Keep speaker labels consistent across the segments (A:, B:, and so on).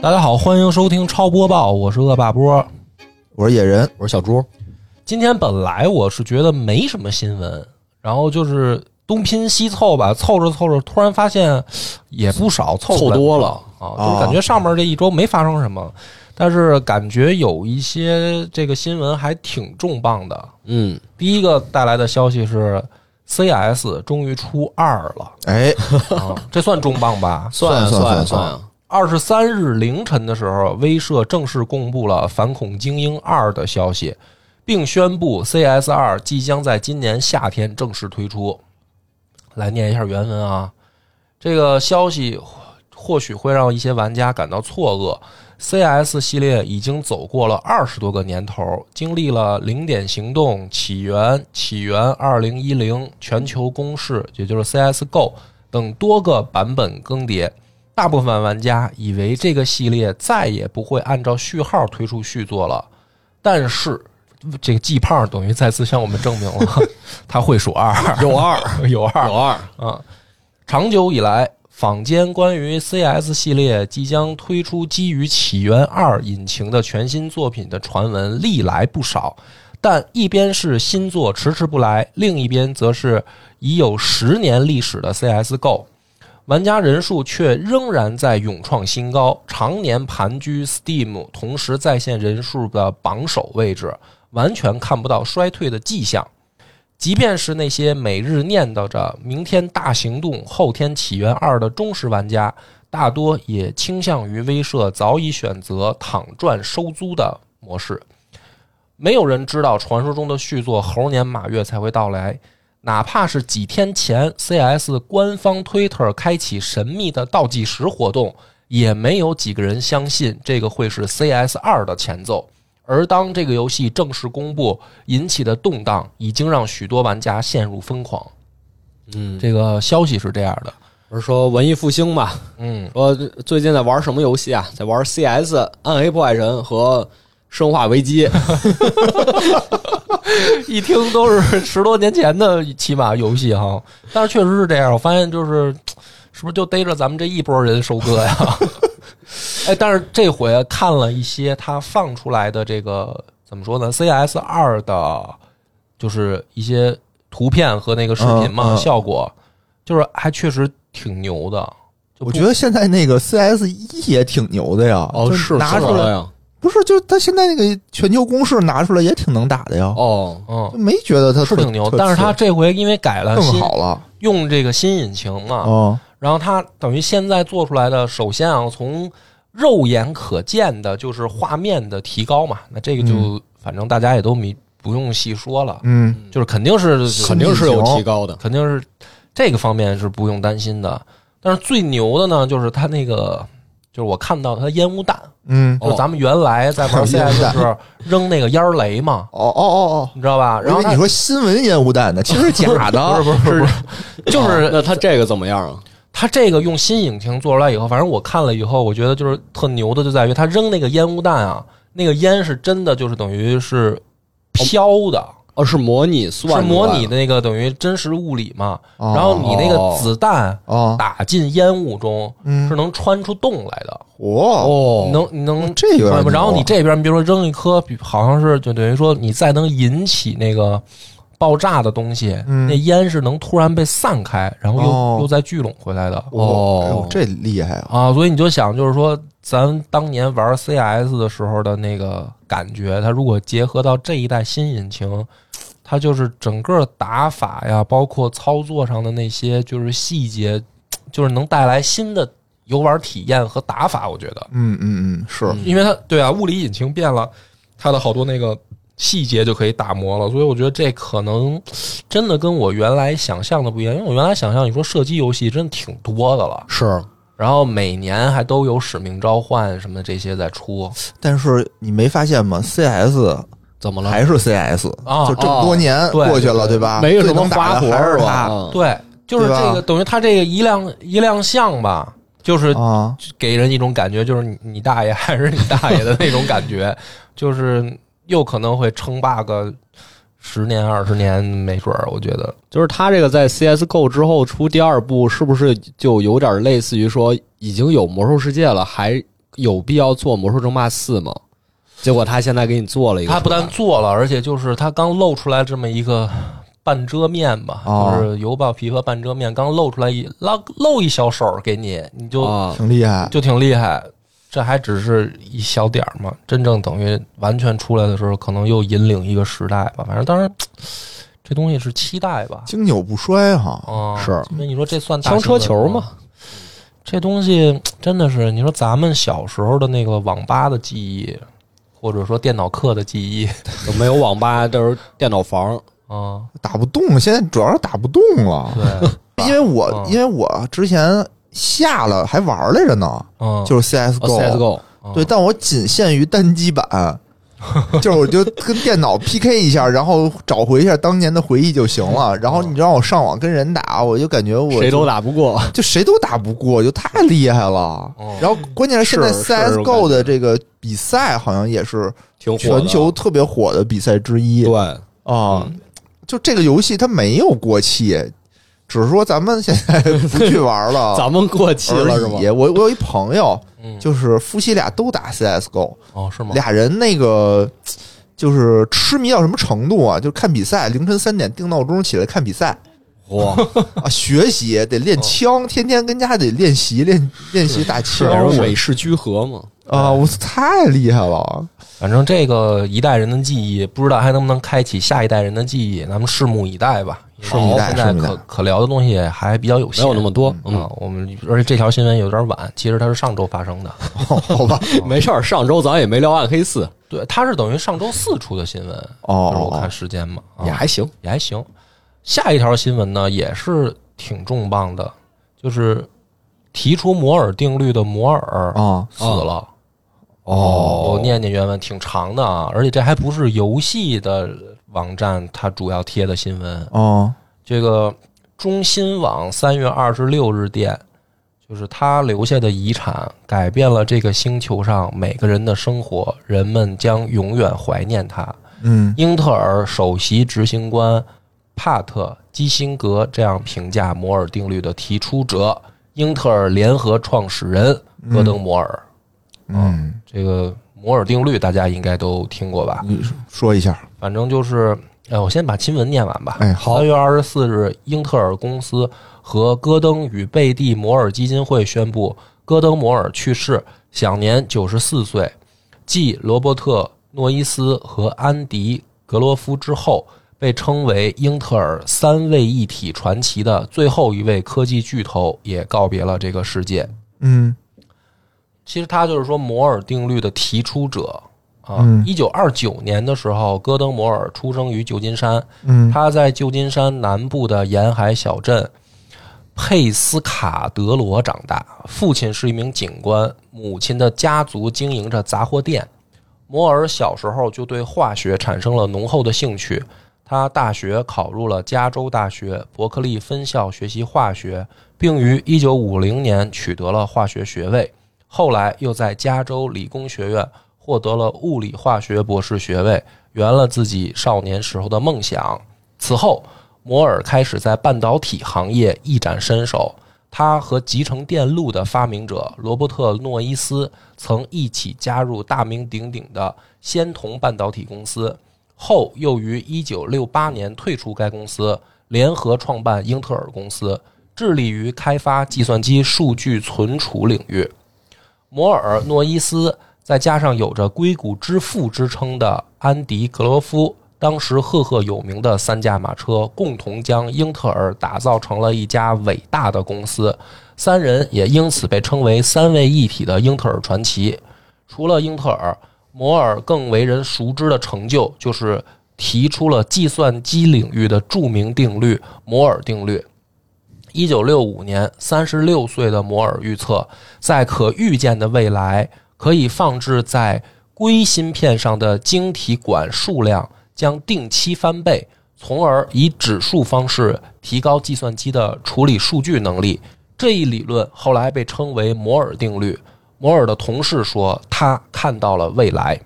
A: 大家好，欢迎收听超播报，我是恶霸波。
B: 我是野人，
C: 我是小猪，
A: 今天本来我是觉得没什么新闻，然后就是东拼西凑吧，凑着凑着，突然发现也不少，凑
C: 凑
A: 不
C: 多了。
A: 啊，就是感觉上面这一周没发生什么，但是感觉有一些这个新闻还挺重磅的。
C: 嗯，
A: 第一个带来的消息是。CS 终于出二了、
B: 哎，
A: 啊，这算重磅吧？
C: 算
B: 算
C: 算
B: 算
C: 算啊，
A: 二十三日凌晨的时候，威社正式公布了《反恐精英二》的消息，并宣布 CS 二即将在今年夏天正式推出。来念一下原文啊，这个消息或或许会让一些玩家感到错愕。CS 系列已经走过了二十多个年头，经历了零点行动、起源、起源二零一零、全球公示，也就是 CS:GO 等多个版本更迭。大部分玩家以为这个系列再也不会按照序号推出续作了，但是这个季胖等于再次向我们证明了 他会数二，
C: 有二
A: 有二
C: 有二，
A: 啊。长久以来，坊间关于 CS 系列即将推出基于《起源二》引擎的全新作品的传闻历来不少，但一边是新作迟迟不来，另一边则是已有十年历史的 CS:GO。玩家人数却仍然在勇创新高，常年盘踞 Steam 同时在线人数的榜首位置，完全看不到衰退的迹象。即便是那些每日念叨着“明天大行动，后天起源二”的忠实玩家，大多也倾向于威社早已选择躺赚收租的模式。没有人知道传说中的续作猴年马月才会到来，哪怕是几天前 CS 官方 Twitter 开启神秘的倒计时活动，也没有几个人相信这个会是 CS 二的前奏。而当这个游戏正式公布，引起的动荡已经让许多玩家陷入疯狂。
C: 嗯，
A: 这个消息是这样的，
C: 不是说文艺复兴吧？
A: 嗯，
C: 说最近在玩什么游戏啊？在玩 CS、暗黑破坏神和生化危机。
A: 一听都是十多年前的起码游戏哈，但是确实是这样。我发现就是，是不是就逮着咱们这一波人收割呀？ 哎，但是这回看了一些他放出来的这个怎么说呢？CS 二的，就是一些图片和那个视频嘛，
B: 嗯嗯
A: 效果就是还确实挺牛的。就
B: 我
A: 不
B: 觉得现在那个 CS 一也挺牛的呀，
A: 哦
B: 就拿出来
C: 呀，
B: 不是，就他现在那个全球公式拿出来也挺能打的呀，
C: 哦，
A: 嗯
B: 就，没觉得他
A: 是挺牛，但是他
B: 他
A: 这回因为改了
B: 更
A: 新，
B: 好了
A: 用这个新引擎嘛，
B: 啊，
A: 然后它等于现在做出来的，首先啊，从肉眼可见的就是画面的提高嘛，那这个就、反正大家也都没不用细说了，
B: 嗯，
A: 就是肯定是
C: 肯定是有提高的。
A: 肯定是这个方面是不用担心的。但是最牛的呢，就是它那个，就是我看到它烟雾弹，
B: 嗯，
A: 就是咱们原来在玩 CS
B: 哦烟雾
A: 的
B: 弹
A: 时候扔那个烟儿雷嘛，
B: 哦哦哦
A: 你知道吧？
B: 哦，
A: 然后
B: 我以为你
A: 它
B: 说新闻烟雾弹呢，其实是假 的，啊
A: 不是不是不是，就是
C: 哦那他这个怎么样啊？
A: 它这个用新引擎做出来以后，反正我看了以后，我觉得就是特牛的，就在于它扔那个烟雾弹啊，那个烟是真的，就是等于是飘的，
C: 哦，是模拟算
A: 是模拟
C: 出
A: 的那个等于真实物理嘛。
B: 哦
A: 然后你那个子弹
B: 哦，
A: 打进烟雾中，
B: 嗯
A: 是能穿出洞来的，
B: 哦，
C: 来的哦，
A: 能你能
B: 这有
A: 对
B: 点
A: 吧
B: 牛啊
A: 然后你这边，你比如说扔一颗，比好像是就等于说你再能引起那个爆炸的东西，
B: 嗯
A: 那烟是能突然被散开，然后又、
B: 哦
A: 又再聚拢回来的。
B: 哦，哎
C: 哦
B: 呦这厉害啊，
A: 啊，所以你就想，就是说，咱当年玩 CS 的时候的那个感觉，它如果结合到这一代新引擎，它就是整个打法呀，包括操作上的那些就是细节，就是能带来新的游玩体验和打法。我觉得，
B: 嗯嗯嗯，是，
C: 嗯
A: 因为它对啊，物理引擎变了，它的好多那个细节就可以打磨了，所以我觉得这可能真的跟我原来想象的不一样，因为我原来想象你说射击游戏真的挺多的了。
C: 是
A: 然后每年还都有使命召唤什么的这些在出
B: 但是你没发现吗？CS
C: 怎么了？
B: 还是 CS，
A: 啊
B: 就，这么多年
A: 对
B: 过去了，
A: 对
B: 对吧？
C: 没有什
B: 最
C: 么
B: 能
C: 花
B: 打的
C: 活
B: 呃还是
C: 吧？
B: 他
C: 嗯
A: 对，就是
B: 对吧
A: 这个等于它这个一亮一亮相吧，就是
B: 啊，
A: 给人一种感觉，就是你你大爷还是你大爷的那种感觉， 就是又可能会称霸个十年二十年，没准儿，我觉得
C: 就是他这个在 CSGO 之后出第二部，是不是就有点类似于说已经有魔兽世界了，还有必要做《魔兽争霸四》吗？结果他现在给你做了一个出
A: 他
C: 来，
A: 不但做了，而且就是他刚露出来这么一个半遮面吧，
B: 哦
A: 就是油爆皮和半遮面，刚露出来一露露一小手给你，你
B: 哦
A: 就、
C: 啊，
B: 挺厉害。
A: 就挺厉害。这还只是一小点儿嘛，真正等于完全出来的时候，可能又引领一个时代吧。反正当然，这东西是期待吧。
B: 经久不衰哈，
A: 啊，
C: 哦是
A: 那你说这算大
C: 枪车
A: 新
C: 球
A: 闻吗
C: 嘛？，
A: 这东西真的是，你说咱们小时候的那个网吧的记忆，或者说电脑课的记忆
C: 就没有网吧，都是电脑房。嗯
A: 啊，
B: 打不动，现在主要是打不动了。
A: 对，
B: 因为我
A: 嗯
B: 因为我之前下了还玩来着呢，
A: 嗯，
B: 就是
C: 哦
B: CSGO，,、
C: CSGO
A: 嗯
B: 对，但我仅限于单 机版。就是我就跟电脑 PK 一下，然后找回一下当年的回忆就行了。然后你让我上网跟人打，我就感觉我
C: 哦谁都
B: 打，
C: 打不过，
B: 就谁都打不过，就太厉害了。
A: 嗯
B: 然后关键是现在
C: 是哦是我感
B: CSGO
C: 觉
B: 的这个比赛好像也是
C: 挺火的
B: 全球特别火的比赛之一
C: 对，
B: 啊。就这个游戏它没有过气，只是说咱们现在 不去玩了。
C: 咱们过气了是吗
B: 而已？我我有一朋友，
A: 嗯
B: 就是夫妻俩都打 CSGO，
A: 哦是
C: 嗯
A: 吗？
B: 俩人那个就是痴迷到什么程度啊？就是看比赛，凌晨三点定闹钟起来看比赛
C: 哇，
B: 啊，学习得练枪，天天跟家得练习练练习打
C: 这
B: 枪
C: 不是美式居合嘛，
B: 啊！我太厉害了，
A: 反正这个一代人的记忆，不知道还能不能开启下一代人的记忆，咱们拭目以待吧。
B: 拭目以待
A: 因为现
B: 拭目
A: 在可
B: 以待
A: 可聊的东西还比较有
C: 没
A: 限，
C: 有那么多，
A: 啊。
B: 嗯
A: 我们而且这条新闻有点晚，其实它是上周发生的。
B: 好吧？
C: 嗯， 没事儿。上周咱也没聊暗黑四，
A: 对，它是等于上周四出的新闻，就是我
B: 哦
A: 看，时间嘛，啊
C: 也还行，
A: 也还行。下一条新闻呢，也是挺重磅的，就是提出摩尔定律的摩尔
B: 啊
A: 死了。嗯
B: 哦
A: 我念念原文，挺长的啊，而且这还不是游戏的网站，它主要贴的新闻。
B: 哦
A: 这个中新网三月二十六日电，就是他留下的遗产改变了这个星球上每个人的生活，人们将永远怀念他。
B: 嗯
A: 英特尔首席执行官帕特基辛格这样评价摩尔定律的提出者——英特尔联合创始人戈登·摩尔。
B: 嗯，
A: 这个摩尔定律大家应该都听过
C: 哦
A: 吧？
B: 你说说一下，
A: 反正就是，呃，我先把新闻念完吧。
B: 哎好
A: 三月二十四日，英特尔公司和戈登与贝蒂摩尔基金会宣布，戈登摩尔去世，享年九十四岁。继罗伯特诺伊斯和安迪格罗夫之后，被称为英特尔三位一体传奇的最后一位科技巨头也告别了这个世界。
B: 嗯
A: 其实他就是说摩尔定律的提出者啊
B: 嗯。
A: 一九二九年的时候，戈登·摩尔出生于旧金山，
B: 嗯
A: 他在旧金山南部的沿海小镇佩斯卡德罗长大，父亲是一名警官，母亲的家族经营着杂货店。摩尔小时候就对化学产生了浓厚的兴趣。他大学考入了加州大学伯克利分校学习化学，并于1950年取得了化学学位。后来又在加州理工学院获得了物理化学博士学位，圆了自己少年时候的梦想。此后，摩尔开始在半导体行业一展身手。他和集成电路的发明者罗伯特·诺伊斯曾一起加入大名鼎鼎的仙童半导体公司，后又于1968年退出该公司，联合创办英特尔公司，致力于开发计算机数据存储领域。摩尔诺伊斯，再加上有着“硅谷之父”之称的安迪格罗夫，当时赫赫有名的三驾马车，共同将英特尔打造成了一家伟大的公司。三人也因此被称为“三位一体”的英特尔传奇。除了英特尔，摩尔更为人熟知的成就就是提出了计算机领域的著名定律——摩尔定律。一九六五年，三十六岁的摩尔预测，在可预见的未来，可以放置在硅芯片上的晶体管数量将定期翻倍，从而以指数方式提高计算机的处理数据能力。这一理论后来被称为摩尔定律。摩尔的同事说，他看到了未来。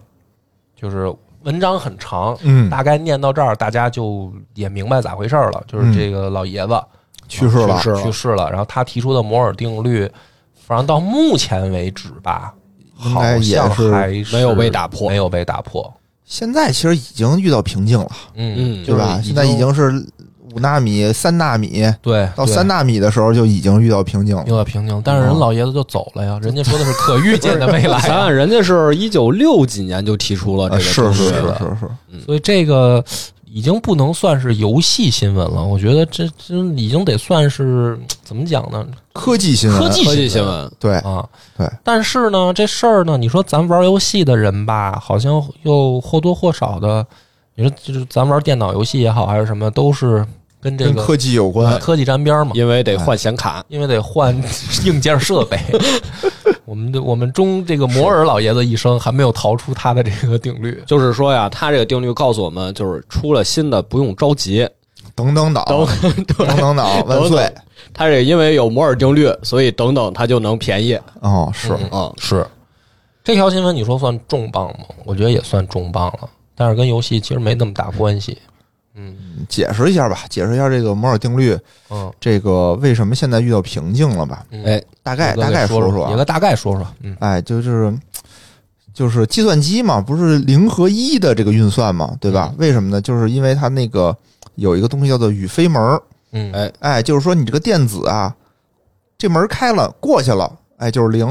A: 就是文章很长，
B: 嗯，
A: 大概念到这儿，大家就也明白咋回事儿了。就是
B: 嗯
A: 这个老爷子，
B: 去世了，
A: 去世了。然后他提出的摩尔定律，反正到目前为止吧，
B: 应
A: 好
B: 该也
A: 像
B: 是
A: 还是
C: 没有被打破
A: 没有被打破。
B: 现在其实已经遇到瓶颈了，
A: 嗯，
C: 嗯
B: 对吧？
A: 就是
B: 现在已经是五纳米、三纳米
A: 对，
B: 到
A: 对
B: 三纳米的时候就已经遇到瓶颈了。
A: 有点瓶颈，但是人老爷子就走了
B: 嗯
A: 呀，人家说的是可预见的未来
C: 想
A: 啊，
C: 想人家是一九六几年就提出了这
B: 啊，
C: 个
B: 是
C: 东
B: 是
C: 西
B: 是
C: 了
B: 是是，
A: 所以这个已经不能算是游戏新闻了，我觉得这这已经得算是怎么讲呢？
B: 科技新闻，
A: 科技
C: 呃科技新闻，
B: 对，
A: 啊，
B: 对。
A: 但是呢，这事儿呢，你说咱玩游戏的人吧，好像又或多或少的，你说就是咱玩电脑游戏也好，还是什么，都是跟这
B: 跟
A: 个呃
B: 科技有关。
A: 科技沾边儿嘛，
C: 因为得换显卡，
A: 因为得换 硬件设 备。我们的我们中这个摩尔老爷子一生还没有逃出他的这个定律。
C: 就是说呀，它这个定律告诉我们，就是出了新的不用着急，
B: 等等党，
C: 等
B: 等 等党，万岁！
C: 它这因为有摩尔定律，所以等等它就能便宜
B: 哦，是
A: 嗯
C: 啊。
A: 是这条新闻，你说算重磅吗？我觉得也算重磅了，但是跟游戏其实没那么大关系。嗯
B: 解释一下吧，解释一下这个摩尔定律，
A: 嗯，
B: 这个为什么现在遇到瓶颈了吧？
A: 嗯
C: 哎，
B: 大概
A: 野哥
B: 大
A: 给
B: 概
A: 说
B: 说
A: 野
B: 啊，
A: 哥大概说说。嗯
B: 哎，就是就是计算机嘛，不是零和一的这个运算嘛，对吧？为什么呢？就是因为它那个有一个东西叫做与非门儿，
A: 嗯，
C: 哎
B: 哎，就是说你这个电子啊，这门开了过去了，哎，就是零；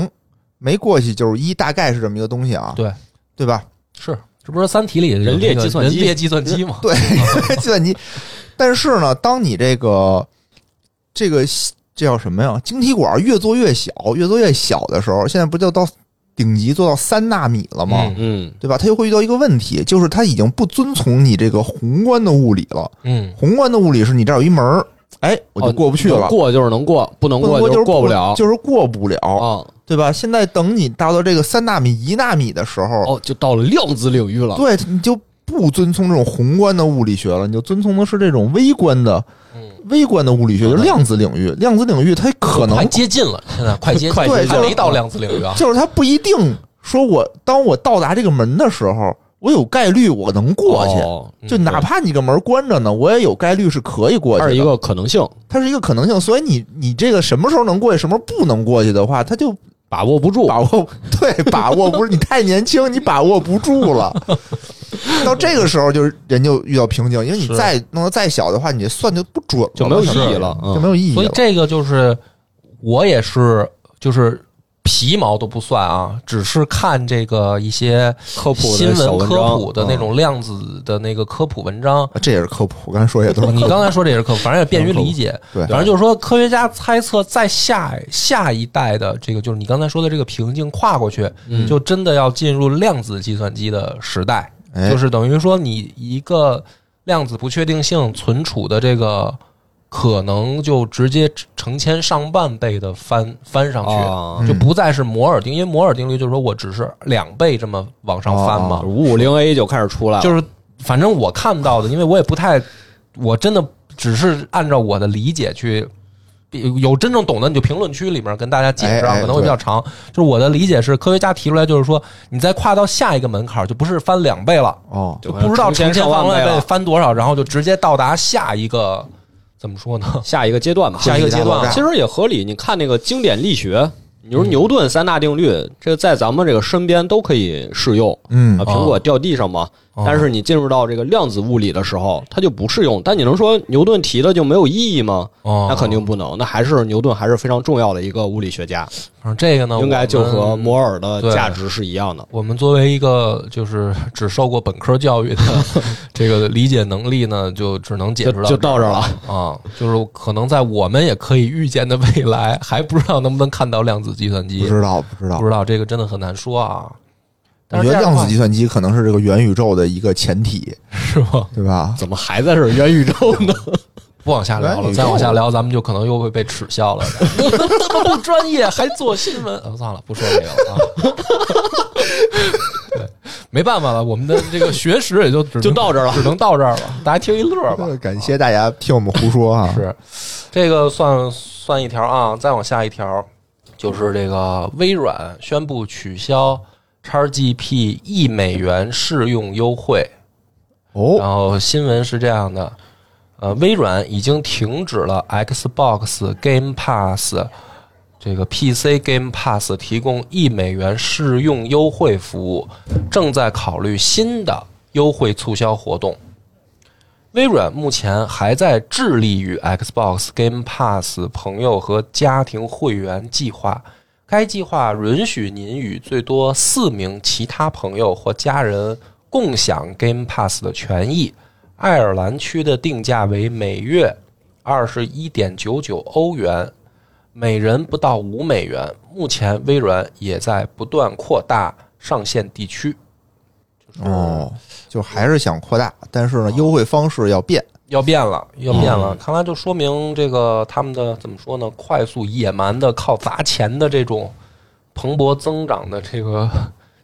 B: 没过去就是一，大概是这么一个东西啊，
A: 对
B: 对吧？
A: 是，这不是《三体》里的
C: 人类
A: 那个
C: 计算机
A: 人类计算机吗？
B: 对，计算机。但是呢，当你这个这个这叫什么呀？晶体管越做越小，越做越小的时候，现在不就到顶级做到三纳米了吗？
A: 嗯
C: 嗯，
B: 对吧？它就会遇到一个问题，就是它已经不遵从你这个宏观的物理了。
A: 嗯，
B: 宏观的物理是你这儿有一门儿，哎，我就
C: 哦
B: 过不去
C: 能
B: 了。
C: 过就是能过，不能
B: 不能
C: 过
B: 过就是
C: 过不了
B: 就是过不了，
C: 啊。
B: 对吧？现在等你达到这个三纳米、一纳米的时候，
C: 哦，就到了量子领域了。
B: 对，你就不遵从这种宏观的物理学了，你就遵从的是这种微观的
A: 嗯，
B: 微观的物理学，
C: 哦
B: 就是量子领域。量子领域它可能
A: 快接近了， 现在快接近，
B: 快
A: 还
B: 接近了
A: 没到量子领域啊。
B: 就是它不一定说我当我到达这个门的时候，我有概率我能过去。
C: 哦
A: 嗯
B: 就哪怕你个门关着呢，我也有概率是可以过去
C: 二
B: 的。
C: 一，个可能性
B: 它是一个可能性，所以你你这个什么时候能过去，什么时候不能过去的话，它就
C: 把握不住，
B: 把握 对把握不是你太年轻，你把握不住了。到这个时候，就是人就遇到瓶颈，因为你
A: 是
B: 再弄得再小的话，你这算就不准了，
C: 就没有意
B: 现在
C: 义了。
B: 就
C: 嗯
B: 没有意义
A: 所以
B: 了。
A: 这个就是我也是，就是皮毛都不算啊，只是看这个一些
C: 科普
A: 新
C: 的小
A: 闻
C: 文
A: 科
C: 章嗯
A: 普的那种量子的那个科普文章。
B: 啊这也是科普，我刚才说也都是
A: 哦 你
B: 科普
A: 刚才说这也是科普，反正也便于理解。
B: 对
A: 反正就是说，科学家猜测，在下下一代的这个，就是你刚才说的这个瓶颈跨过去，
C: 嗯
A: 就真的要进入量子计算机的时代，
B: 哎
A: 就是等于说你一个量子不确定性存储的这个可能就直接成千上万倍的翻翻上去。
C: 啊，
A: 就不再是摩尔定，因为摩尔定律就是说我只是两倍这么往上翻嘛，
C: 五五零 A 就开始出来了，
A: 就是反正我看到的，因为我也不太，我真的只是按照我的理解去。有真正懂的，你就评论区里面跟大家解释啊，
B: 哎哎
A: 可能会比较长。就是我的理解是，科学家提出来就是说，你再跨到下一个门槛儿，就不是翻两倍了，
B: 哦，
A: 就不知道成
C: 成千
A: 千
C: 上
A: 上
C: 万
A: 万
C: 倍
A: 倍
C: 了
A: 翻多少，然后就直接到达下一个怎么说呢？
C: 下一个阶段吧。
A: 下一个阶段啊嗯
B: 科技大爆炸
C: 其实也合理。你看那个经典力学，你说牛顿三大定律，这个在咱们这个身边都可以适用
B: 嗯
C: 啊。，苹果掉地上嘛，
A: 哦
C: 但是你进入到这个量子物理的时候，它就不适用。但你能说牛顿提的就没有意义吗？
A: 哦
C: 那肯定不能。那还是牛顿还是非常重要的一个物理学家，
A: 反正这个呢，
C: 应该就
A: 我
C: 和
A: 们
C: 摩尔的
A: 对
C: 价值是一样的。
A: 我们作为一个就是只受过本科教 育的这个理解能力呢，就只能解
C: 就
A: 释到
C: 就到这儿了。
A: 啊，就是可能在我们也可以预见的未来， 还不知道能不能看到量子计算
B: 不
A: 机，
B: 知道不知道
A: 不。知道这个真的很难说啊。
B: 我
A: 但是
B: 觉得
A: 这样
B: 量
A: 的话
B: 子计算机可能是这个元宇宙的一个前提，
A: 是吧？
B: 对吧？
C: 怎么还在这儿元宇宙 呢？
A: 不往下聊
B: 元
A: 了，
B: 宇
A: 再往
B: 宙
A: 下聊，咱们就可能又会被耻笑 了。 你们这么不专业，还做新闻？啊、算了，不说这个了啊。对， 没办法了，我们的这个学识也就只能
C: 就到这儿了
A: 只能到这儿了。大家听一乐吧。
B: 感谢大家听我们胡说啊！
A: 是，这个算算一条啊，再往下一条就是这个微软宣布取消 XGP 一美元试用优惠，
B: 哦，
A: 然后新闻是这样的，呃，微软已经停止了 Xbox Game Pass 这个 PC Game Pass 提供一美元试用优惠服务，正在考虑新的优惠促销活动。微软目前还在致力于 Xbox Game Pass 朋友和家庭会员计划。该计划允许您与最多四名其他朋友或家人共享 Game Pass 的权益。爱尔兰区的定价为每月二十一点九九欧元，每人不到五美元。目前，微软也在不断扩大上线地区。就是
B: 哦，就还是想扩大，但
A: 哦
B: 是呢，优惠方式要变。
A: 要变了，要变了。
B: 嗯
A: 看来就说明这个他们的怎么说呢？快速、野蛮的、靠砸钱的这种蓬勃增长的这个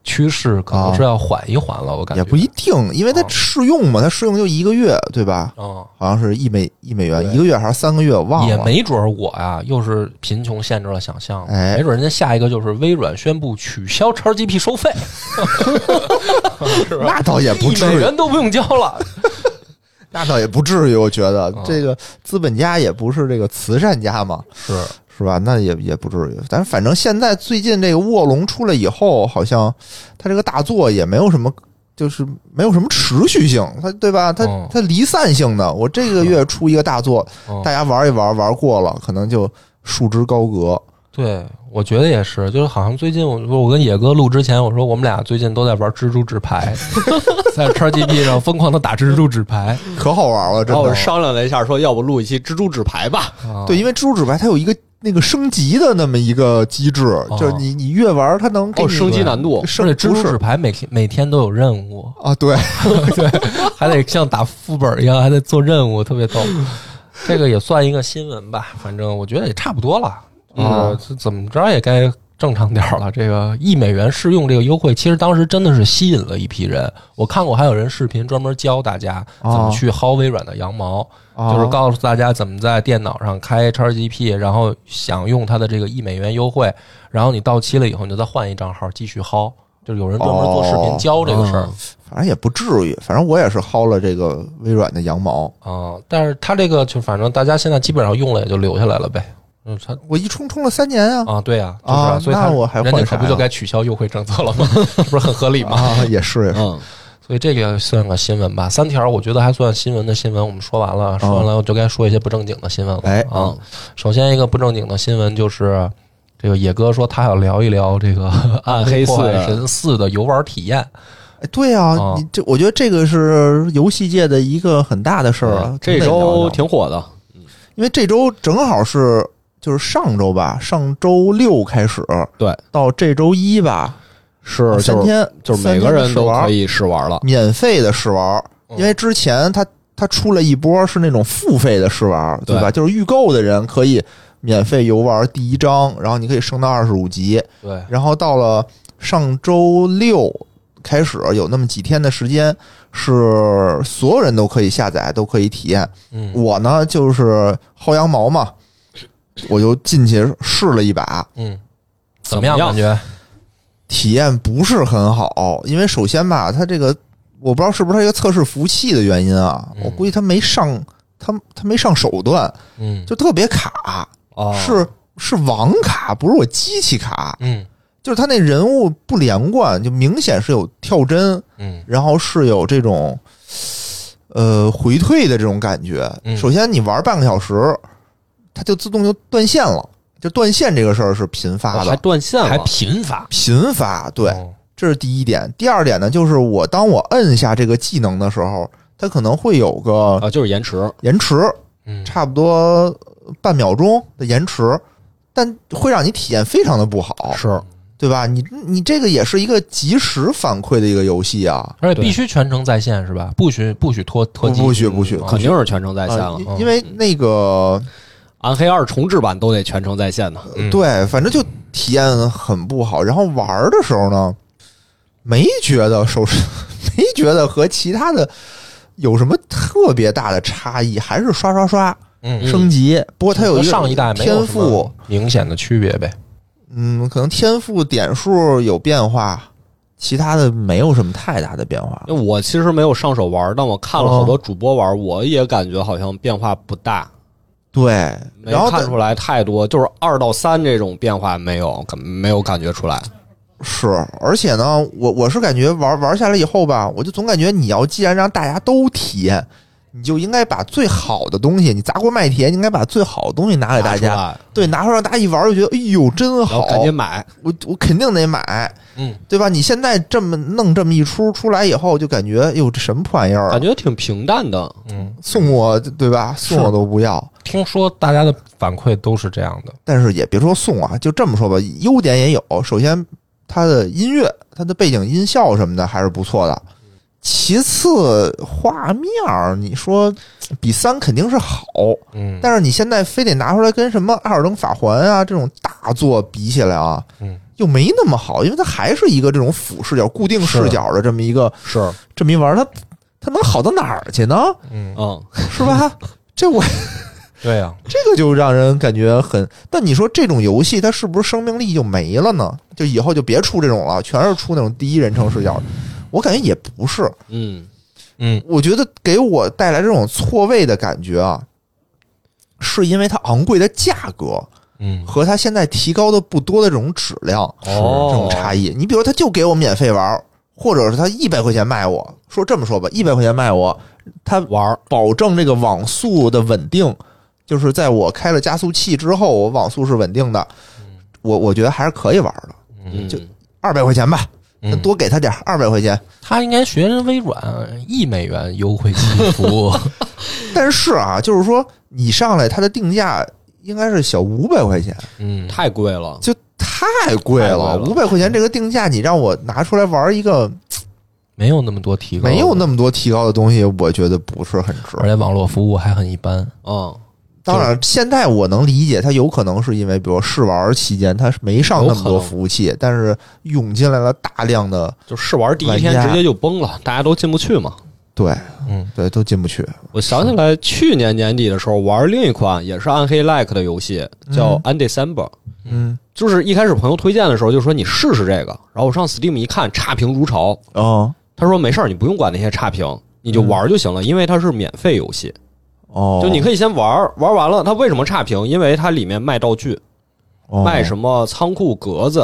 A: 趋势，可能是要缓一缓了。我感觉
B: 啊也不一定，因为它
A: 哦
B: 试用嘛，它试用就一个月，对吧？
A: 嗯，
B: 好像是一美一美元
A: 对
B: 一个月还是三个月，我忘
A: 也
B: 了。
A: 没准儿我呀、又是贫穷限制了想象，
B: 哎
A: 没准儿人家下一个就是微软宣布取消 XGP 收费，是吧？
B: 那倒也不
A: 一
B: 至
A: 美
B: 于，
A: 元都不用交了，
B: 那倒也不至于。我觉得
A: 嗯
B: 这个资本家也不是这个慈善家嘛，
A: 是
B: 是吧？那也也不至于。但是反正现在最近这个卧龙出来以后，好像他这个大作也没有什么，就是没有什么持续性，他对吧？他
C: 哦
A: 嗯
B: 他离散性的。我这个月出一个大作，
A: 嗯
B: 大家玩一玩，玩过了可能就束之高阁。
A: 对，我觉得也是，就是好像最近我我跟野哥录之前，我说我们俩最近都在玩蜘蛛纸 牌，在 XGP 上疯狂的打蜘蛛纸牌。
B: 可好玩了，真
C: 然后我
B: 的。
C: 商量了一下，说要不录一期蜘蛛纸牌吧？
A: 啊、
B: 对，因为蜘蛛纸牌它有一个那个升级的那么一个机制，就是你你越玩它能给
C: 哦，
B: 你
C: 升级难度，
B: 升
A: 啊而且蜘蛛
B: 不
A: 纸
B: 是
A: 牌每天每天都有任务，
B: 啊， 对，
A: 对，还得像打副本一样，还得做任务，特别逗。这个也算一个新闻吧，反正我觉得也差不多了。啊
B: 嗯，
A: 这怎么着也该正常点儿了。这个一美元试用这个优惠，其实当时真的是吸引了一批人。我看过还有人视频专门教大家怎么
B: 哦
A: 去薅微软的羊毛，
B: 啊
A: 就是告诉大家怎么在电脑上开 XGP，然后享用它的这个一美元优惠，然后你到期了以后，你就再换一账号继续薅。就是有人专门做视频
B: 哦
A: 教这个事儿。
B: 反正也不至于，反正我也是薅了这个微软的羊毛。
A: 啊、但是它这个就反正大家现在基本上用了也就留下来了呗。嗯，它
B: 我一充充了三年啊
A: 啊，对呀、就是
B: 啊
A: 所以它
B: 那我还
A: 人家
B: 换
A: 可
B: 啥
A: 不就
B: 呀
A: 该取消优惠政策了吗？ 这不是很合理吗？
B: 啊，也是也是，
C: 嗯，
A: 所以这个算个新闻吧。三条我觉得还算新闻的新闻，我们说完了，说完了我就该说一些不正经的新闻了。
B: 哎
C: 嗯
A: 啊，首先一个不正经的新闻就是。这个野哥说他要聊一聊这个《暗
C: 黑四
A: 破坏神四》的游玩体验，
B: 哎对啊
A: 啊，
B: 你这我觉得这个是游戏界的一个很大的事儿啊。
C: 哎这
B: 真得聊聊
C: 周挺火的，
B: 因为这周正好是就是上周吧，上周六开始，
C: 对，
B: 到这周一吧，啊
C: 是
B: 三
C: 就是
B: 天，
C: 就是每个人都可
B: 以
C: 以试玩了。
B: 免费的试玩，
A: 嗯
B: 因为之前他他出了一波是那种付费的试玩，对吧？就是预购的人可以免费游玩第一章，然后你可以升到二十五级，
A: 对，
B: 然后到了上周六开始有那么几天的时间，是所有人都可以下载，都可以体验。
A: 嗯
B: 我呢就是薅羊毛嘛，我就进去试了一把，
A: 嗯，
C: 怎
A: 怎
C: 么
A: 么
C: 样
A: 样感觉？
B: 体验不是很好，因为首先吧，它这个我不知道是不是它这个测试服务器的原因啊，
A: 嗯
B: 我估计它没上，它它没上手段，
A: 嗯，
B: 就特别卡，
C: 哦，
B: 是是网卡，不是我机器卡，
A: 嗯
B: 就是它那人物不连贯，就明显是有跳帧，
A: 嗯
B: 然后是有这种呃回退的这种感觉。
A: 嗯
B: 首先，你玩半个小时，它就自动就断线了。就断线这个事儿是频发
C: 哦还
B: 的，
C: 断线
A: 还
C: 了，
A: 频繁，
B: 频发。对，
A: 哦
B: 这是第一点。第二点呢，就是我当我摁下这个技能的时候，它可能会有个
C: 啊，就是延迟。
B: 延迟，
A: 嗯，
B: 差不多半秒钟的延迟，但会让你体验非常的不好，
C: 是，
B: 对吧？你你这个也是一个及时反馈的一个游戏啊，
A: 而且
C: 对
A: 必须全程在线是吧？不许不许拖拖
B: 不
A: 机，
B: 不许不许
A: 啊
C: 肯定是全程在线
B: 啊
C: 了。嗯
B: 因因为那个
C: 暗黑二重置版都得全程在线呢。
B: 呃
A: 嗯
B: 对，反正就体验很不好。然后玩儿的时候呢，没觉得手势， 没觉得和其他的有什么特别大的差异，还是刷刷刷
A: 嗯，
B: 升级。不过它有
A: 和
B: 一个
A: 上一代没有
B: 天
A: 什么
B: 赋，
A: 明显的区别呗。
B: 嗯，可能天赋点数有变化，其他的没有什么太大的变化。
C: 因为我
B: 哦
C: 其实没有上手玩，但我看了好多主播玩，我也感觉好像变化不大。
B: 对，
C: 没
B: 然后
C: 看出来太多，就是二到三这种变化没有，感没有感觉出来。
B: 是，而且呢，我我是感觉玩玩下来以后吧，我就总感觉你要既然让大家都体验，你就应该把最好的东西，你砸锅卖铁，你应该把最好的东西拿给大
C: 拿出
B: 家，
C: 来
B: 对，拿出来让大家一玩就觉得，哎呦，真
C: 然
B: 好
C: 后，赶紧买，
B: 我我肯定得买，
A: 嗯，
B: 对吧？你现在这么弄这么一出出来以后，就感觉，哎呦，这什么破玩意儿
C: 感
B: 啊？
C: 觉挺平淡的。
A: 嗯，
B: 送我对吧？送我都不要。
A: 听说大家的反馈都是这样的，
B: 但是也别说送啊，就这么说吧，优点也有。首先，它的音乐、它的背景音效什么的还是不错的。其次，画面儿你说比三肯定是好，
A: 嗯，
B: 但是你现在非得拿出来跟什么《艾尔登法环啊》这种大作比起来啊，
A: 嗯，
B: 又没那么好，因为它还是一个这种俯视角、固定视角的这么一个
C: 是，
B: 这么一玩意儿，它它能好到哪儿去呢？
A: 嗯，
C: 嗯，
B: 是吧？这我
A: 对啊呀、
B: 这个就让人感觉很。但你说这种游戏它是不是生命力就没了呢？就以后就别出这种了，全是出那种第一人称视角。我感觉也不是，
C: 嗯，
A: 嗯，
B: 我觉得给我带来这种错位的感觉啊，是因为它昂贵的价格
A: 嗯，
B: 和它现在提高的不多的这种质量
C: 哦，
B: 这种差异。你比如，他就给我免费玩儿，或者是他一百块钱卖我，说这么说吧，一百块钱卖我，他玩保证这个网速的稳定，就是在我开了加速器之后，我网速是稳定的，我我觉得还是可以玩的。
C: 嗯，
B: 就二百块钱吧，那
A: 嗯
B: 多给他点二百块钱。
A: 他应该学人微软一美元优惠期服 务，
B: 但是啊，就是说你上来它的定价应该是小五百块钱，
A: 嗯，
C: 太贵了。
B: 就太贵
C: 太
B: 了，五
C: 贵
B: 百块钱这个定价，你让我拿出来玩一个
A: 没有那么多提高，
B: 没有那么多提高的东西，我觉得不是很值。
A: 而且网络服务还很一般，
C: 嗯，
B: 当然，现在我能理解，它有可能是因为，比如试玩期间，它是没上那么多服务器，但是涌进来了大量的，
C: 就试玩第一
B: 玩
C: 天
B: 家
C: 直接就崩了，大家都进不去嘛。
B: 对
A: 嗯
B: 对，都进不去。
C: 我想起来去年年底的时候玩另一款也是暗黑 like 的游戏，叫
B: 嗯
C: 《Undecember》。
B: 嗯，
C: 就是一开始朋友推荐的时候就说你试试这个，然后我上 Steam 一看，差评如潮。
B: 哦
C: 他说没事儿，你不用管那些差评，你就玩就行了，因为它是免费游戏，
B: 嗯哦，
C: 就你可以先玩儿，玩完了它为什么差评？因为它里面卖道具，卖
B: 么？
C: 什么仓库格子。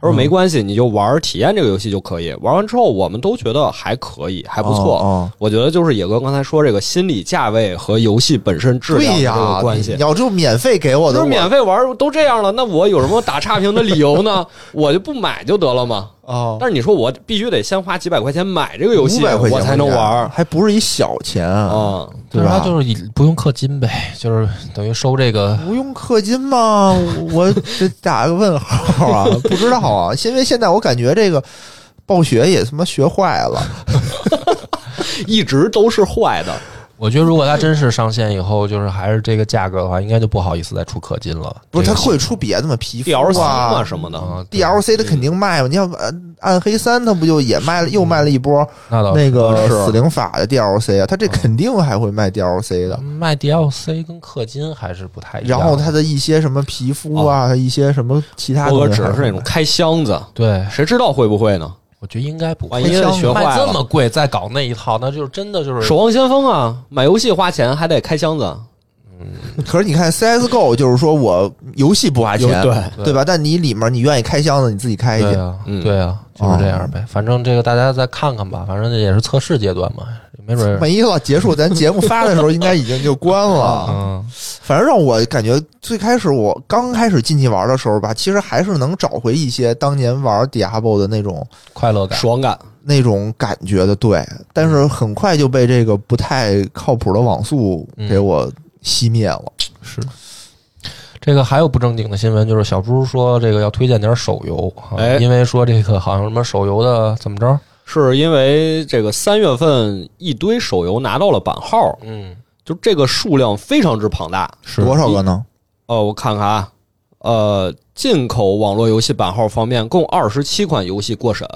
C: 他
B: 嗯
C: 说没关系，你就玩儿体验这个游戏就可以。玩完之后，我们都觉得还可以，还
B: 还
C: 不错。
B: 哦，
C: 我觉得就是野哥刚才说这个心理价位和游戏本身质量
B: 对
C: 的这个
B: 呀，
C: 关系
B: 你。要就免费给我
C: 就
B: 的，
C: 是免费玩儿都这样了，那我有什么打差评的理由呢？ 我就不买就得了嘛。
B: 我哦，
C: 但是你说我必须得先花几百块钱买这个游戏，
B: 500块钱
C: 我才能玩儿
B: 还不是一小钱啊，
C: 啊。
A: 就
B: 对
A: 是
B: 吧
A: 他就是以不用氪金呗，就是等于收这个，
B: 不用氪金吗？我这打个问号啊，不知道啊，因为现在我感觉这个暴雪也他妈学坏了。
C: 一直都是坏的，
A: 我觉得如果他真是上线以后，就是还是这个价格的话，应该就不好意思再出氪金了。
B: 不是，
A: 这
B: 他
A: 个
B: 会出别的吗？皮肤
C: DLC 嘛
B: 啊
C: 什么的，
A: 啊
B: DLC 他肯定卖嘛。你像呃暗黑三，他不就也卖了，又卖了一波
A: 那
C: 嗯
A: 倒
B: 那个
A: 是
B: 死灵法的 DLC 啊？他这肯定还会卖 DLC 的。
A: 卖 DLC 跟氪金还是不太一样。
B: 然后他的一些什么皮肤
C: 哦
B: 啊，一些什么其他
C: 我
B: 东
C: 可
B: 西
C: 指
B: 还
C: 的
B: 会
C: 是那种
B: 卖
C: 开箱子，
A: 对，
C: 谁知道会不会呢？
A: 我觉得应该不会
C: 万一
B: 开箱子
C: 学坏
A: 卖这
C: 了，
A: 么贵，再搞那一套，那就是真的就是
C: 守望先锋啊，买游戏花钱还得开箱子，
B: 可是你看 CSGO，就是说我游戏不花
C: 有
B: 钱，
C: 对，
B: 对吧？但你里面你愿意开箱子，你自己开去
A: 对。啊，
C: 嗯哦
A: 对啊，就是这样呗。反正这个大家再看看吧，反正也是测试阶段嘛，没准儿
B: 没了，结束咱节目发的时候应该已经就关了。
C: 啊
A: 嗯
B: 反正让我感觉最开始我刚开始进去玩的时候吧，其实还是能找回一些当年玩 Diablo 的那种
A: 快乐感。
C: 爽感。
B: 那种感觉的，对。但是很快就被这个不太靠谱的网速给我熄灭了。
A: 是。这个还有不正经的新闻，就是小猪说这个要推荐点手游，啊
C: 哎
A: 因为说这个好像什么手游的怎么着，
C: 是因为这个三月份一堆手游拿到了版号，
A: 嗯，
C: 就这个数量非常之庞大。
A: 是
B: 多少个呢？
C: 呃，我看看啊，呃，进口网络游戏版号方面共二十七款游戏过审，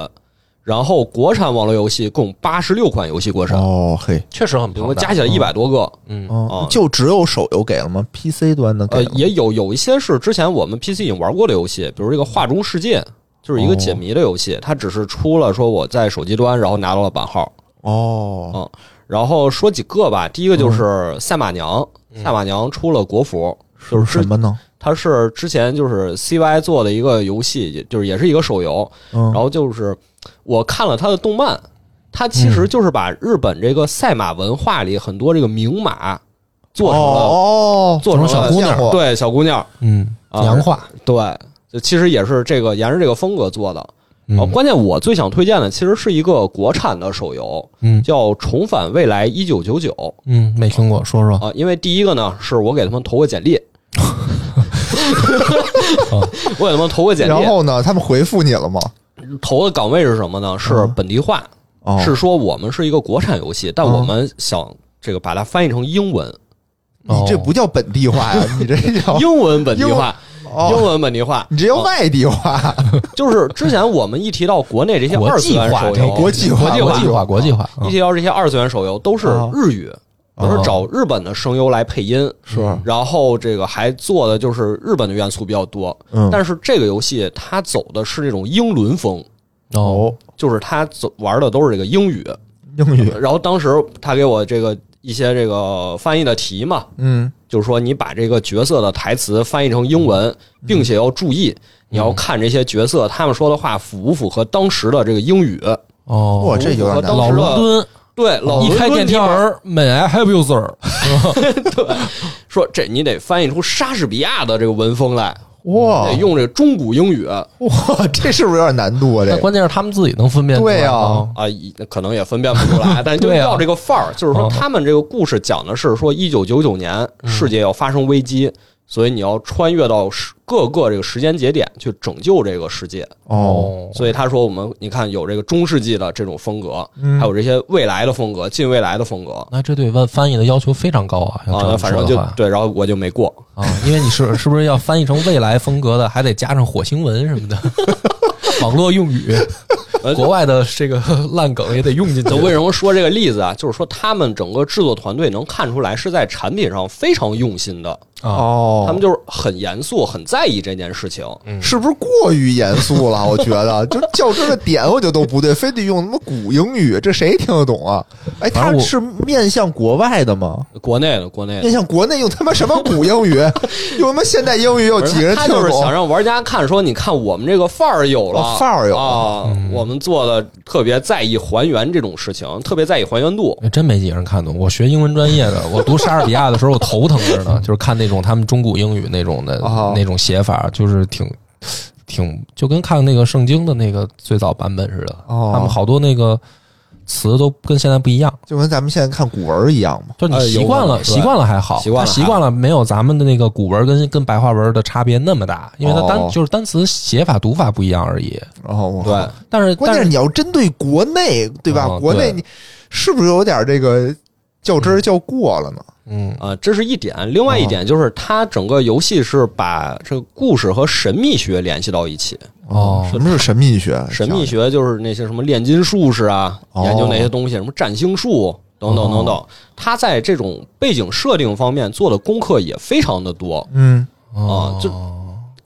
C: 然后国产网络游戏共八十六款游戏过审，
B: 哦嘿，
A: 确实很
C: 总
A: 庞
C: 共
A: 大，
C: 加起来一百多个。
A: 嗯，
B: 嗯
C: 哦，
B: 就只有手游给了吗？PC 端的
C: 呃
B: 给了，吗
C: 也有有一些是之前我们 PC 已经玩过的游戏，比如这个《画中世界》，就是一
B: 哦
C: 个解谜的游戏，它只是出了说我在手机端，然后拿到了版号。
B: 哦
C: 哦然后说几个吧，第一个
A: 嗯
C: 就是赛马娘，赛马娘出了国服，就是之
B: 什么呢？
C: 它是之前就是 CY 做的一个游戏，也就是也是一个手游，
B: 嗯，
C: 然后就是我看了他的动漫，他其实就是把日本这个赛马文化里很多这个名马做成了
B: 哦，
C: 做成了
A: 做成小姑娘
B: 见过
C: 对小姑娘
A: 嗯，
C: 啊
A: 娘化，
C: 对，就其实也是这个沿着这个风格做的。
A: 嗯
C: 然后关键我最想推荐的其实是一个国产的手游，
A: 嗯
C: 叫《重返未来一九九九》
A: 嗯，没听过，说说，
C: 啊，因为第一个呢是我给他们投 过简历。
A: 哦
C: 我给他们投过简历，
B: 然后呢，他们回复你了吗？
C: 投的岗位是什么呢？是本地化，
B: 嗯哦，
C: 是说我们是一个国产游戏，但
B: 哦
C: 我们想这个把它翻译成英文，
B: 你这
A: 哦
B: 不叫本地化 呀，你这叫
C: 英文本地化，英
B: 哦，
C: 文本地化，
B: 你这叫
C: 啊
B: 外地化，
C: 就是之前我们一提到国内这些
A: 哦国
C: 二次
A: 际
C: 元
A: 化
C: 手
A: 这
C: 游，
A: 个
B: 国际
C: 国
B: 化
C: 际
A: 国际
C: 化，
A: 化，国际化，
C: 一
A: 嗯
C: 提到这些二次元手游都是
B: 啊
C: 日语，都
A: 啊
C: 是找日本的声优来配音，嗯
B: 是
C: 然后这个还做的就是日本的元素比较多，
B: 嗯
C: 但是这个游戏它走的是这种英伦风，
A: 哦，
C: 就是它走玩的都是这个英语，
B: 英语，
C: 然后当时他给我这个一些这个翻译的题嘛，
B: 嗯，
C: 就是说你把这个角色的台词翻译成英文，
A: 嗯
C: 并且要注意，你要看这些角色他们说的话符不符合当时的这个英语。
A: 哦
B: 哇，，这有点
C: 当
B: 难
C: 时
A: 老
C: 的
A: 伦敦，
C: 对，老
A: 哦一开电梯门儿，May I help you, sir？
C: 说这你得翻译出莎士比亚的这个文风来，
B: 哇
A: 哦
C: 得用这个中古英语啊、
B: 哇，这是不是有点难度啊？这
A: 那
B: 个
A: 关键是他们自己能分辨出来
B: 对呀
A: 啊，
C: 一可能也分辨不 出来，但就
A: 对啊
C: 要这个范儿。就是
A: 嗯
C: 说，他们这个故事讲的是说，一九九九年世界要发生危机，所以你要穿越到时各个这个时间节点去拯救这个世界。
B: 哦，
C: 所以他说我们你看有这个中世纪的这种风格，
B: 嗯
C: 还有这些未来的风格、近未来的风格
A: 那这对翻翻译的要求非常高啊，要这
C: 啊，
A: 么
C: 反
A: 说
C: 正
A: 的
C: 就
A: 话
C: 对，然后我就没过。
A: 啊，因为你是 是不是要翻译成未来风格的，还得加上火星文什么的，网络用语，
C: 呃
A: 国外的这个烂梗也得用进去
C: 就。为什么说这个例子啊？就是说他们整个制作团队能看出来是在产品上非常用心的，
A: 啊，
B: 哦，嗯
C: 他们就是很严肃、很在意这件事情。
B: 是不是过于严肃了？我觉得，就较真儿的点，我觉得都不对，非得用他妈古英语，这谁听得懂啊？哎，
A: 反
B: 他
A: 正我
B: 是面向国外的吗？
C: 国内的，国内
B: 面
C: 的。
B: 向国内用他妈什么古英语？ 用他妈现代英语？有
C: 不
B: 几
C: 是
B: 个人
C: 他
B: 听
C: 就
B: 得
C: 是
B: 懂
C: 想？让玩家看，说你看我们这个范儿有了，
B: 哦范儿有了嗯
C: 啊，我们做的特别在意还原这种事情，特别在意还原度。
A: 真没几个人看懂。我学英文专业的，我读莎士比亚的时候，我头疼着呢，就是看那种他们中古英语那种的、
B: 哦
A: 那种写法，就是挺挺就跟看那个圣经的那个最早版本似的，
B: 哦
A: 他们好多那个词都跟现在不一样。
B: 就跟咱们现在看古文一样嘛。
A: 就你
C: 呃
A: 习
C: 有
A: 惯
C: 可
A: 了，
C: 能
A: 习惯了还好，
C: 习惯了
A: 他习惯了没有咱们的那个古文跟跟白话文的差别那么大，因为它单、
B: 哦
A: 就是单词写法读法不一样而已。
B: 哦，我靠
C: 对，
A: 但是
B: 关
A: 但
B: 键是
A: 是
B: 你要针对国内，对吧？
A: 哦
B: 国内
C: 对
B: 你是不是有点这个较真儿较过了呢？
A: 嗯
C: 啊，这是一点。另
B: 哦
C: 外一点就是，它整个游戏是把这个故事和神秘学联系到一起。
A: 哦
B: 嗯什么是神秘学？
C: 神秘
B: 学
C: 学就是那些什么炼金术士啊，
B: 哦
C: 研究那些东西，什么占星术等等等等。它在这种背景设定方面做的功课也非常的多。
B: 嗯，
A: 哦
C: 啊就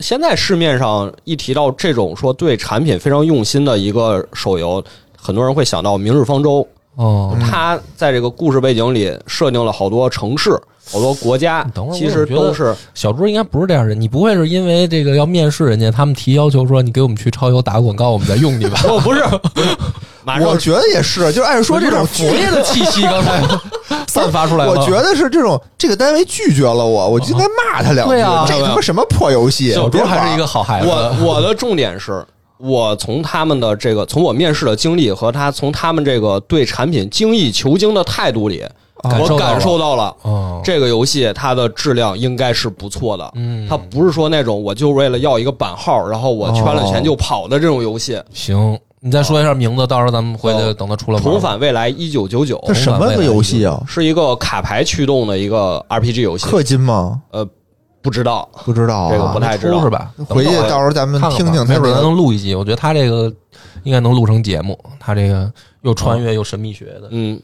C: 现在市面上一提到这种说对产品非常用心的一个手游，很多人会想到《明日方舟》。
A: 哦，
C: 它在这个故事背景里设定了好多城市、好多国家
A: 等会，儿
C: 其
A: 我
C: 实
A: 怎么觉得
C: 都是
A: 小朱应该不是这样人，你不会是因为这个要面试人家，他们提要求说你给我们去超游打个广告，我们再用你吧？
C: 哦，不是，马上
B: 我觉得也是，就是按说这种
A: 腐烈的气息刚才 散发出来了，哦
B: 我觉得是这种这个单位拒绝了我，我就应该骂他两句。
A: 对啊
B: 这他妈什么破游戏？
A: 小
B: 我
A: 朱
B: 别玩
A: 还是一个好孩子。
C: 我我的重点是，我从他们的这个，从我面试的经历和他从他们这个对产品精益求精的态度里，
A: 啊感受
C: 我
A: 到了
C: 感受到了。
A: 哦，
C: 这个游戏它的质量应该是不错的，
A: 嗯
C: 它不是说那种我就为了要一个版号，然后我圈了
A: 哦
C: 钱就跑的这种游戏。
A: 行，你再说一下名字，到时候咱们回去
C: 哦
A: 等他出来玩
C: 重返未来一九九九
B: 这什么个游戏啊？
C: 是一个卡牌驱动的一个 RPG 游戏，
B: 氪金吗？
C: 呃，不知道，
B: 不知道
C: 这个不
B: 啊。
C: 太知道
A: 出是吧？
B: 回去到时候咱们
A: 看看吧
B: 听听他
A: 没准
B: 这
A: 咱
B: 个
A: 能录一集。我觉得他这个应该能录成节目，他这个又穿越又神秘学的。
C: 嗯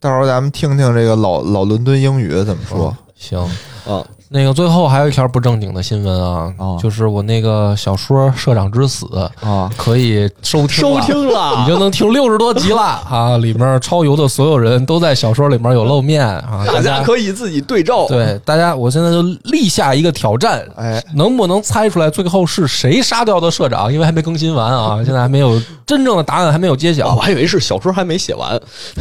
B: 到时候咱们听听这个老老伦敦英语怎么说。
A: 行，
C: 啊，
A: 那个最后还有一条不正经的新闻啊，
B: 哦
A: 就是我那个小说《社长之死》
B: 啊，
A: 可以收听
C: 收
A: 了
C: 听
A: 已
C: 了，
A: 经能听六十多集了 啊！里面超游的所有人都在小说里面有露面啊！大
C: 大家
A: 家
C: 可以自己对照。
A: 对大家，我现在就立下一个挑战，
B: 哎，
A: 能不能猜出来最后是谁杀掉的社长？因为还没更新完啊，现在还没有真正的答案，还没有揭
C: 哦，
A: 晓。
C: 我还以为是小说还没写完，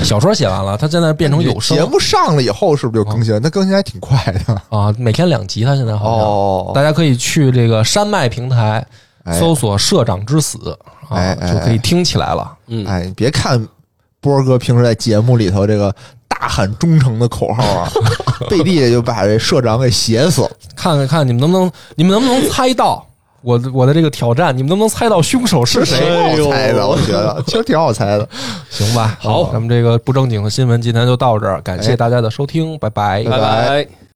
A: 小说写完了，他现在变成有
B: 节
A: 声嗯
B: 目上了以后是不是就更新了？那更新还挺快的。
A: 啊，每天两集，他现在好像。
B: 哦，
A: 大家可以去这个山脉平台
B: 哎
A: 搜索“社长之死”啊
B: 哎，哎
A: 就可以听起来了。
C: 嗯，
B: 哎，你别看波哥平时在节目里头这个大喊忠诚的口号 啊，背地里就把这社长给写死了。
A: 看看看你们能不能，你们能不能猜到 我的我的这个挑战？你们能不能猜到凶手是
B: 挺
A: 谁？啊
C: 哎呦
B: 好猜的，我觉得其实挺好猜的。
A: 行吧，哎
C: 好
A: 咱们这个不正经的新闻今天就到这儿，感谢大家的收听，拜拜
B: 拜
C: 拜。